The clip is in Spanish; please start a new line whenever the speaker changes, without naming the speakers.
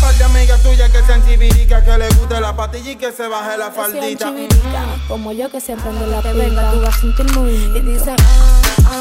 par de amigas tuyas que sean chivirica, que le guste la patilla y que se baje la faldita.
Mm. Como yo que siempre ando en la pega, tú vas a sentir muy
Y dicen, ah, ah,